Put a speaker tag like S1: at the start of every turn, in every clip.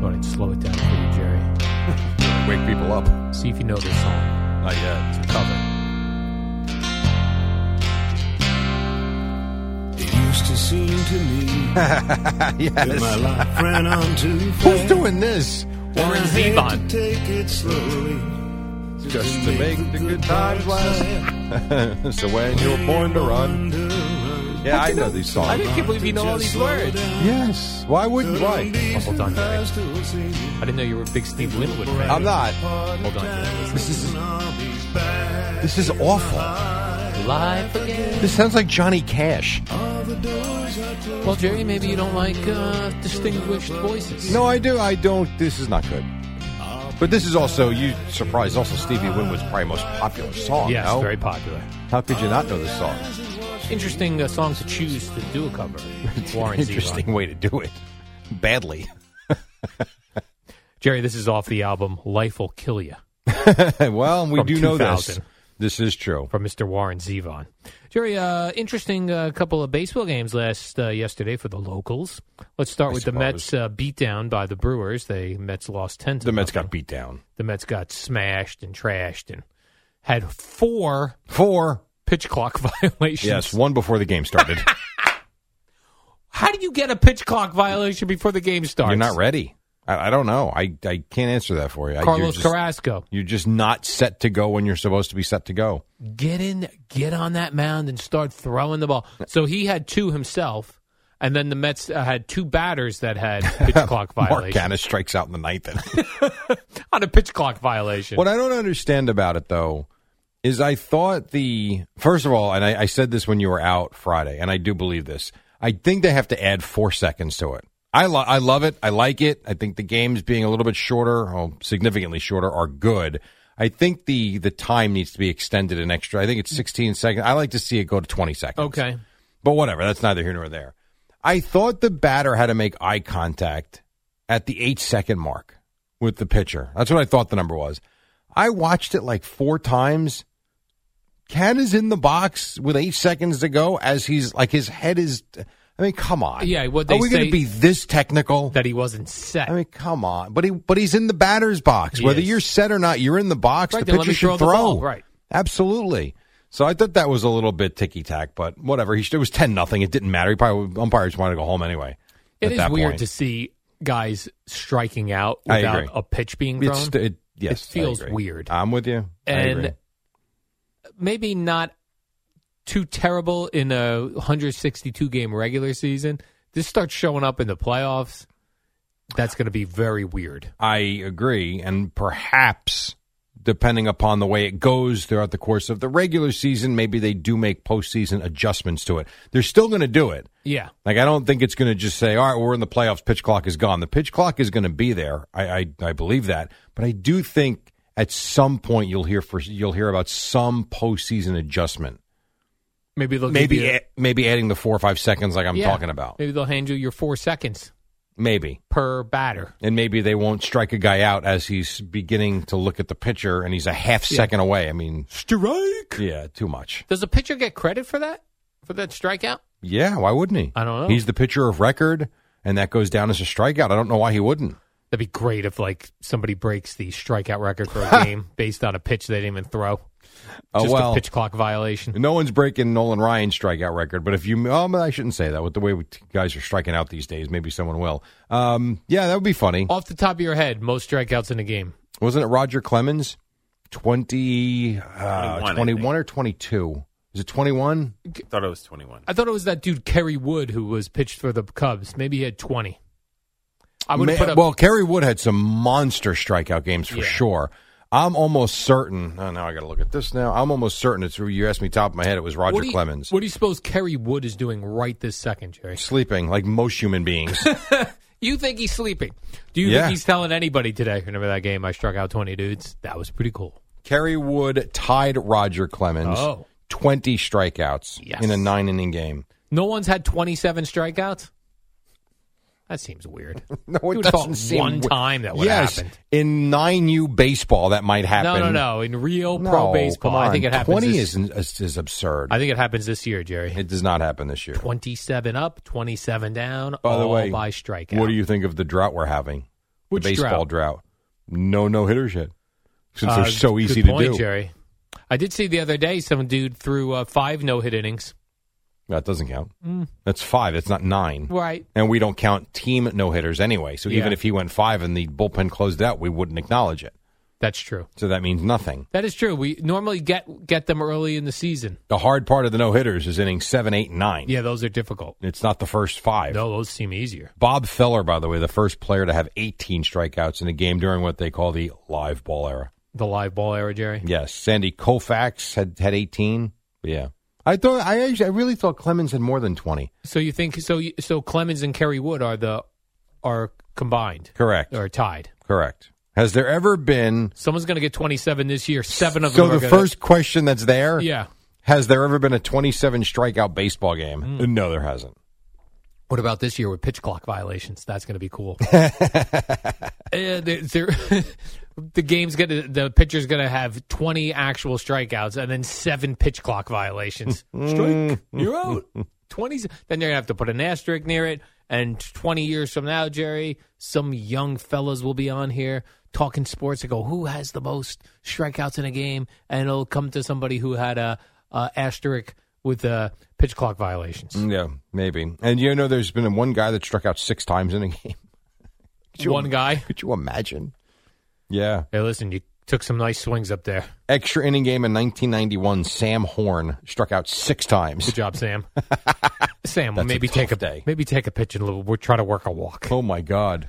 S1: Thought I'd slow it down for you, Jerry.
S2: Wake people up.
S1: See if you know this song.
S2: Not yet. It's a cover.
S3: It used to seem to me that my
S2: yes.
S3: life ran on too
S2: Who's
S3: fast.
S2: doing this?
S3: and I
S1: Warren
S3: had
S1: Zevon.
S3: to take it slowly.
S2: Just to make the good times last. It's the way you were born to run. Yeah, I know these
S1: I
S2: songs.
S1: can't believe you know all these words.
S2: Yes. Why wouldn't I?
S1: Oh, hold on, Jerry. I didn't know you were a big Steve Winwood fan.
S2: I'm not.
S1: Hold on, Jerry.
S2: This is this is awful.
S1: Live again.
S2: This sounds like Johnny Cash.
S1: Well, Jerry, maybe you don't like uh, distinguished voices.
S2: No, I do. I don't. This is not good. But this is also you surprised. Also, Stevie Winwood's probably most popular song.
S1: Yes,
S2: no?
S1: very popular.
S2: How could you not know this song?
S1: Interesting uh, song to choose to do a cover. Warren
S2: Interesting
S1: Zevon.
S2: way to do it. Badly.
S1: Jerry, this is off the album Life Will Kill You
S2: well, we
S1: From
S2: do know this.
S1: 2000.
S2: This is true.
S1: from Mr. Warren Zevon. Jerry, uh, interesting uh, couple of baseball games last uh, yesterday for the locals. Let's start
S2: I
S1: with the
S2: suppose.
S1: Mets uh, beatdown by the Brewers. They Mets lost ten to
S2: The Mets
S1: nothing.
S2: got beat down.
S1: The Mets got smashed and trashed and had four
S2: Four.
S1: pitch clock violations.
S2: Yes, one before the game started.
S1: How do you get a pitch clock violation before the game starts?
S2: You're not ready. I, I don't know. I, I can't answer that for you. I- you're
S1: Carlos
S2: just,
S1: Carrasco.
S2: You're just not set to go when you're supposed to be set to go.
S1: Get in, get on that mound and start throwing the ball. So he had two himself, and then the Mets uh, had two batters that had pitch clock
S2: Mark
S1: violations.
S2: Gaddis strikes out in the ninth. inning.
S1: on a pitch clock violation.
S2: What I don't understand about it though is I thought the first of all, and I, I said this when you were out Friday, and I do believe this. I think they have to add four seconds to it. I lo- I love it. I like it. I think the games being a little bit shorter, or significantly shorter, are good. I think the the time needs to be extended an extra. I think it's 16 seconds. I like to see it go to 20 seconds.
S1: okay.
S2: But whatever, that's neither here nor there. I thought the batter had to make eye contact at the eight second mark with the pitcher. That's what I thought the number was. I watched it like four times. Ken is in the box with eight seconds to go as he's like his head is. I mean, come on.
S1: Yeah, what they
S2: Are we going
S1: say-
S2: to be this technical?
S1: That he wasn't set.
S2: I mean, come on. But he, but he's in the batter's box.
S1: He
S2: Whether
S1: is.
S2: you're set or not, you're in the box.
S1: Right,
S2: the
S1: then let
S2: pitcher
S1: me
S2: should
S1: throw the ball, right.
S2: Absolutely. So I thought that was a little bit ticky tack, but whatever. He should, it was ten nothing. It didn't matter. He probably umpires wanted to go home anyway.
S1: it
S2: at
S1: is
S2: that
S1: weird
S2: point.
S1: to see guys striking out
S2: I
S1: without
S2: agree.
S1: a pitch being thrown.
S2: It's, st- it, yes, I
S1: feels
S2: agree.
S1: weird.
S2: I'm with you. I
S1: And-
S2: agree.
S1: Maybe not too terrible in a 162 game regular season. This starts showing up in the playoffs. That's going to be very weird.
S2: I agree, and perhaps depending upon the way it goes throughout the course of the regular season, maybe they do make postseason adjustments to it. They're still going to do it.
S1: Yeah.
S2: Like I don't think it's going to just say, "All right, we're in the playoffs. Pitch clock is gone." The pitch clock is going to be there. I, I I believe that, but I do think at some point you'll hear for you'll hear about some postseason adjustment.
S1: Maybe they'll give
S2: Maybe
S1: you-
S2: a- maybe adding the four or five seconds, like I'm
S1: Yeah.
S2: talking about.
S1: Maybe they'll hand you your four seconds
S2: Maybe,
S1: per batter.
S2: and maybe they won't strike a guy out as he's beginning to look at the pitcher, and he's a half second away. I mean,
S1: Strike.
S2: yeah, too much.
S1: Does the pitcher get credit for that? For that strikeout?
S2: Yeah, why wouldn't he?
S1: I don't know.
S2: He's the pitcher of record, and that goes down as a strikeout. I don't know why he wouldn't.
S1: That'd be great if like somebody breaks the strikeout record for a game based on a pitch they didn't even throw.
S2: Oh
S1: Just
S2: well,
S1: a pitch clock violation.
S2: No one's breaking Nolan Ryan's strikeout record, but if you, um, I shouldn't say that. With the way we guys are striking out these days, maybe someone will. Um, yeah, that would be funny.
S1: Off the top of your head, most strikeouts in a game.
S2: Wasn't it Roger Clemens? 20, uh, 21,
S4: I
S2: or 22? Is it 21?
S4: Thought it was 21.
S1: I thought it was that dude Kerry Wood who was pitched for the Cubs. Maybe he had twenty. I would
S2: Ma-
S1: put up
S2: well, Kerry Wood had some monster strikeout games for
S1: Yeah.
S2: sure. I'm almost certain. Oh, now I got to look at this now. I'm almost certain it's you asked me top of my head. It was Roger
S1: what do you,
S2: Clemens
S1: What do you suppose Kerry Wood is doing right this second, Jerry?
S2: sleeping like most human beings.
S1: You think he's sleeping? Do you
S2: Yeah.
S1: think he's telling anybody today? Remember that game I struck out twenty dudes? That was pretty cool.
S2: Kerry Wood tied Roger Clemens
S1: Oh.
S2: 20 strikeouts
S1: Yes.
S2: in a nine inning game.
S1: No one's had twenty-seven strikeouts. That seems weird.
S2: No,
S1: You
S2: it
S1: would
S2: doesn't
S1: thought
S2: seem
S1: one
S2: wi-
S1: time that would
S2: yes,
S1: happen.
S2: in nine U baseball that might happen.
S1: No, no, no. In real
S2: No,
S1: pro baseball,
S2: come
S1: I think
S2: on.
S1: it happens.
S2: Twenty
S1: this,
S2: is is, is absurd.
S1: I think it happens this year, Jerry.
S2: it does not happen this year.
S1: Twenty-seven up, twenty-seven down.
S2: By
S1: all
S2: the way,
S1: by strikeout.
S2: What do you think of the drought we're having?
S1: Which
S2: the baseball
S1: drought?
S2: drought. No no hitters yet, since
S1: Uh,
S2: they're so
S1: good
S2: easy to
S1: point,
S2: do.
S1: Jerry. I did see the other day some dude threw uh, five no hit innings.
S2: That doesn't count.
S1: Mm.
S2: That's five. That's not nine.
S1: Right.
S2: And we don't count team no hitters anyway. So even
S1: Yeah.
S2: if he went five and the bullpen closed out, we wouldn't acknowledge it.
S1: That's true.
S2: So that means nothing.
S1: That is true. We normally get get them early in the season.
S2: The hard part of the no hitters is inning seven, eight, and nine.
S1: Yeah, those are difficult.
S2: It's not the first five.
S1: No, those seem easier.
S2: Bob Feller, by the way, the first player to have 18 strikeouts in a game during what they call the live ball era.
S1: The live ball era, Jerry.
S2: Yes, Sandy Koufax had had 18. Yeah, I thought I actually, I really thought Clemens had more than 20.
S1: So you think so? you- So Clemens and Kerry Wood are the are combined
S2: Correct.
S1: or tied.
S2: Correct. Has there ever been
S1: Someone's going to get twenty seven this year. Seven of
S2: so
S1: them. are
S2: the
S1: gonna-
S2: 1st question that's there?
S1: Yeah.
S2: Has there ever been a 27 strikeout baseball game?
S1: Mm.
S2: No, there hasn't.
S1: What about this year with pitch clock violations? That's going to be cool. uh, they're- they're- the game's going to the pitcher's going to have twenty actual strikeouts and then seven pitch clock violations. Strike, you're out. Twenty. Then they're going to have to put an asterisk near it. And twenty years from now, Jerry, some young fellas will be on here talking sports and go, "Who has the most strikeouts in a game?" And it'll come to somebody who had a, a asterisk with uh, pitch clock violations.
S2: Yeah, maybe. And you know, there's been one guy that struck out six times in a game.
S1: One guy.
S2: Could you imagine? Yeah.
S1: Hey, listen, you took some nice swings up there.
S2: Extra inning game in 1991. Sam Horn struck out six times.
S1: Good job, Sam. Sam,
S2: That's a
S1: maybe
S2: tough
S1: take a
S2: day.
S1: maybe take a pitch and we'll we'll try to work a walk.
S2: Oh my God.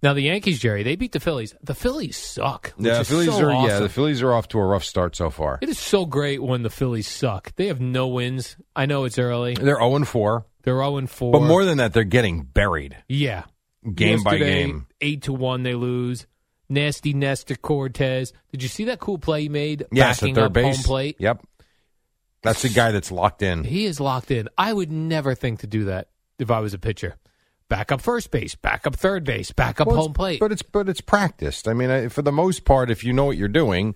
S1: Now the Yankees, Jerry, they beat the Phillies. The Phillies suck. which
S2: Yeah, the
S1: is
S2: Phillies
S1: so
S2: are yeah,
S1: awesome.
S2: the Phillies are off to a rough start so far.
S1: It is so great when the Phillies suck. They have no wins. I know it's early.
S2: They're 0 and 4,
S1: They're 0 4.
S2: but more than that, they're getting buried
S1: yeah.
S2: game by
S1: Yesterday,
S2: game.
S1: Eight to one they lose. Nasty Nestor Cortez. Did you see that cool play he made
S2: Yes,
S1: backing
S2: at their
S1: up
S2: base.
S1: home plate?
S2: Yep, that's the guy that's locked in.
S1: He is locked in. I would never think to do that if I was a pitcher. Back up first base, back up third base, back up
S2: Well, it's-
S1: home plate.
S2: but it's but it's practiced. I mean, I, for the most part, if you know what you're doing,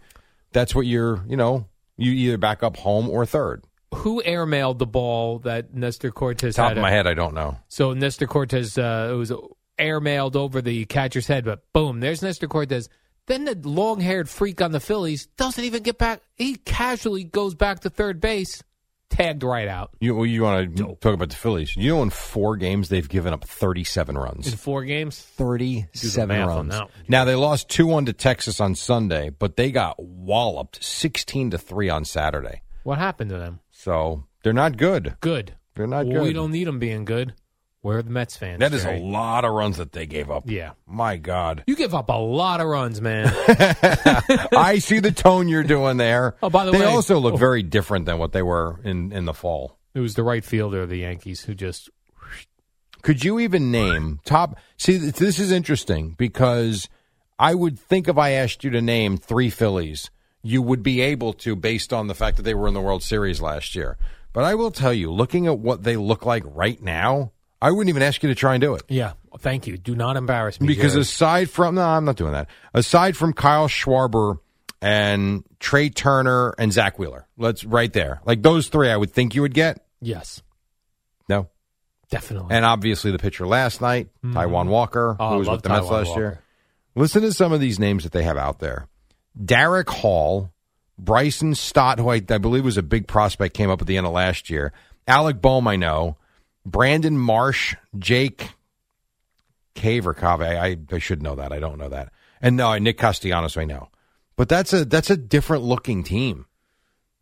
S2: that's what you're. You know, you either back up home or third.
S1: Who airmailed the ball that Nestor Cortez
S2: Top
S1: had?
S2: of my head, I don't know.
S1: So Nestor Cortez uh, it was airmailed over the catcher's head, but boom, there's Nestor Cortez. Then the long-haired freak on the Phillies doesn't even get back. He casually goes back to third base, tagged right out
S2: You well, you want to talk about the Phillies? You know, in four games they've given up 37 runs.
S1: in four games. Do the
S2: 37
S1: math
S2: runs.
S1: on that one.
S2: Now they lost 2-1 to Texas on Sunday, but they got walloped 16 to 3 on Saturday.
S1: What happened to them?
S2: So, they're not good.
S1: Good.
S2: They're not
S1: Well,
S2: good.
S1: We don't need them being good. We're the Mets fans.
S2: that is
S1: Jerry.
S2: a lot of runs that they gave up.
S1: Yeah.
S2: My god.
S1: You give up a lot of runs, man.
S2: I see the tone you're doing there.
S1: Oh, by the
S2: they
S1: way-
S2: also look
S1: Oh.
S2: very different than what they were in in the fall.
S1: it was the right fielder of the Yankees who just
S2: Could you even name top? See, th- this is interesting because I would think if I asked you to name three Phillies, you would be able to based on the fact that they were in the World Series last year. But I will tell you, looking at what they look like right now, I wouldn't even ask you to try and do it.
S1: yeah. Thank you. Do not embarrass me
S2: Because
S1: Jerry.
S2: aside from no, I'm not doing that. Aside from Kyle Schwarber and Trey Turner and Zach Wheeler, let's right there. Like those three, I would think you would get.
S1: yes,
S2: No,
S1: definitely.
S2: and obviously the pitcher last night, Taiwan Walker,
S1: Oh, I
S2: who was
S1: love
S2: with the Mets
S1: Taiwan
S2: last year. Listen to some of these names that they have out there. Derek Hall, Bryson Stott, who I, I believe was a big prospect, came up at the end of last year. Alec Bohm, I know. Brandon Marsh, Jake Cave or Cave. I, I, I should know that. I don't know that. And no, Nick Castellanos, I know. But that's a that's a different looking team.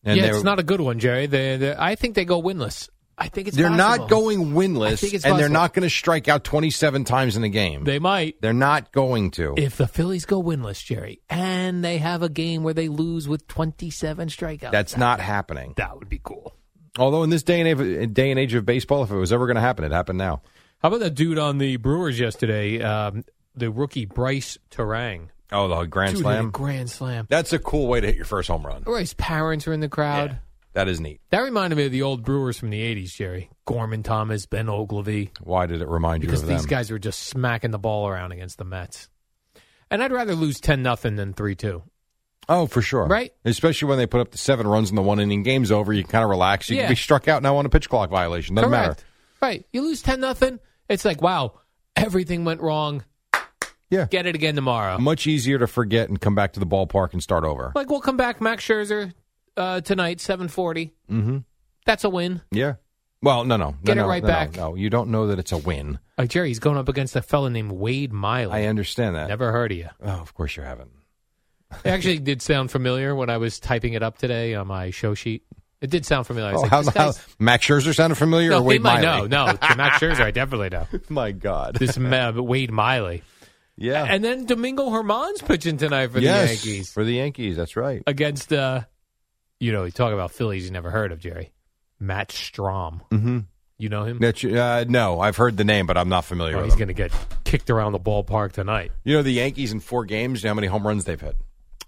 S2: And
S1: yeah,
S2: they
S1: it's
S2: were-
S1: not a good one, Jerry. They- they- I think they go winless. I think it's
S2: They're
S1: possible.
S2: not going
S1: I think
S2: winless,
S1: it's
S2: and they're
S1: possible.
S2: not going to strike out 27 times in a game.
S1: They might.
S2: They're not going to.
S1: If the Phillies go winless, Jerry, and they have a game where they lose with 27 strikeouts,
S2: That's not happening.
S1: that would be cool.
S2: Although in this day and age, day and age of baseball, if it was ever going to happen, it happened now.
S1: How about that dude on the Brewers yesterday? Um, the rookie Bryce Terang.
S2: Oh, the grand
S1: Dude hit a
S2: slam.
S1: grand slam.
S2: That's a cool way to hit your first home run.
S1: Or his parents are in the crowd.
S2: That is neat.
S1: That reminded me of the old Brewers from the 80s, Jerry. Gorman Thomas, Ben Ogilvy.
S2: Why did it remind
S1: Because
S2: you of them?
S1: these guys were just smacking the ball around against the Mets. And I'd rather lose 10 nothing than 3 2.
S2: oh, for sure.
S1: Right?
S2: Especially when they put up the seven runs in the one inning, game's over. You kind of relax. You
S1: Yeah.
S2: can be struck out now on a pitch clock violation. Doesn't matter.
S1: Right. You lose 10 nothing. It's like, wow, everything went wrong.
S2: Yeah.
S1: Get it again tomorrow.
S2: Much easier to forget and come back to the ballpark and start over.
S1: Like, we'll come back, Max Scherzer, uh, tonight, 740.
S2: Mm-hmm.
S1: That's a win.
S2: Yeah. Well, no, no, no,
S1: Get it
S2: no,
S1: right
S2: no, no,
S1: back.
S2: No, you don't know that it's a win.
S1: Like, Jerry, he's going up against a fella named Wade Miley.
S2: I understand that.
S1: Never heard of you.
S2: Oh, of course you haven't.
S1: It actually did sound familiar when I was typing it up today on my show sheet. It did sound familiar. I was
S2: Oh,
S1: like,
S2: how,
S1: this
S2: how,
S1: guy's-
S2: Max Scherzer sounded familiar
S1: no,
S2: or Wade
S1: he might
S2: Miley?
S1: know. No, to Max Scherzer, I definitely know.
S2: My God.
S1: This ma- Wade Miley.
S2: yeah.
S1: And then Domingo Herman's pitching tonight for
S2: Oh. yes,
S1: the Yankees
S2: For the Yankees, that's right.
S1: against, uh, you know, you talk about Phillies you never heard of, Jerry. Matt Strom.
S2: Mm-hmm.
S1: You know him?
S2: That's, uh, no, I've heard the name, but I'm not familiar
S1: Oh,
S2: with
S1: he's
S2: him.
S1: going to get kicked around the ballpark tonight.
S2: You know, the Yankees in four games, you know how many home runs they've hit?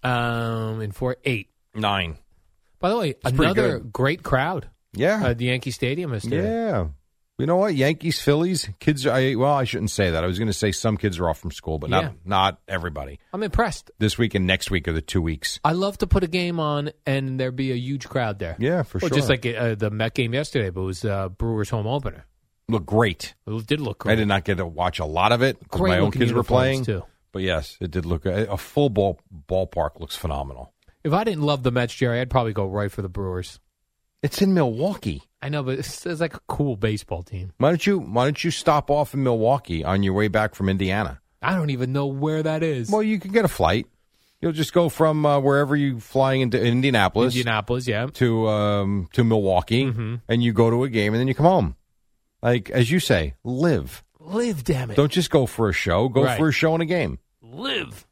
S1: Um, in four eight.
S2: Nine.
S1: By the way,
S2: pretty
S1: another
S2: good.
S1: great crowd
S2: Yeah.
S1: at the Yankee Stadium yesterday.
S2: yeah. You know what? Yankees, Phillies, kids. I well, I shouldn't say that. I was going to say some kids are off from school, but not
S1: Yeah.
S2: not everybody.
S1: I'm impressed.
S2: This week and next week are the two weeks.
S1: I love to put a game on and there be a huge crowd there.
S2: Yeah, for
S1: Well,
S2: sure.
S1: Just like uh, the Met game yesterday, but it was uh, Brewers home opener.
S2: look great.
S1: It did look
S2: I
S1: great.
S2: did not get to watch a lot of it 'cause
S1: Great
S2: my own
S1: looking
S2: kids were
S1: uniforms,
S2: playing.
S1: too.
S2: But yes, it did look a full ball ballpark looks phenomenal.
S1: If I didn't love the Mets, Jerry, I'd probably go right for the Brewers.
S2: It's in Milwaukee.
S1: I know, but it's, it's like a cool baseball team.
S2: Why don't you Why don't you stop off in Milwaukee on your way back from Indiana?
S1: I don't even know where that is.
S2: Well, you can get a flight. You'll just go from uh, wherever you flying into Indianapolis
S1: Indianapolis, yeah.
S2: to um, to Milwaukee,
S1: Mm-hmm.
S2: and you go to a game, and then you come home. Like as you say, live.
S1: Live, damn it.
S2: Don't just go for a show. Go
S1: Right.
S2: for a show and a game.
S1: Live.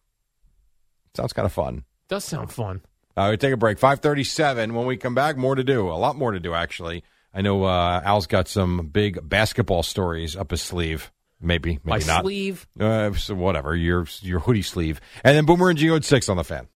S2: Sounds kind of fun.
S1: Does sound fun.
S2: Uh, we take a break. Five thirty-seven. When we come back, more to do. A lot more to do, actually. I know uh, Al's got some big basketball stories up his sleeve. Maybe, maybe
S1: My
S2: not.
S1: sleeve.
S2: Uh, so whatever your your hoodie sleeve, and then Boomer and Geo at six on the fan.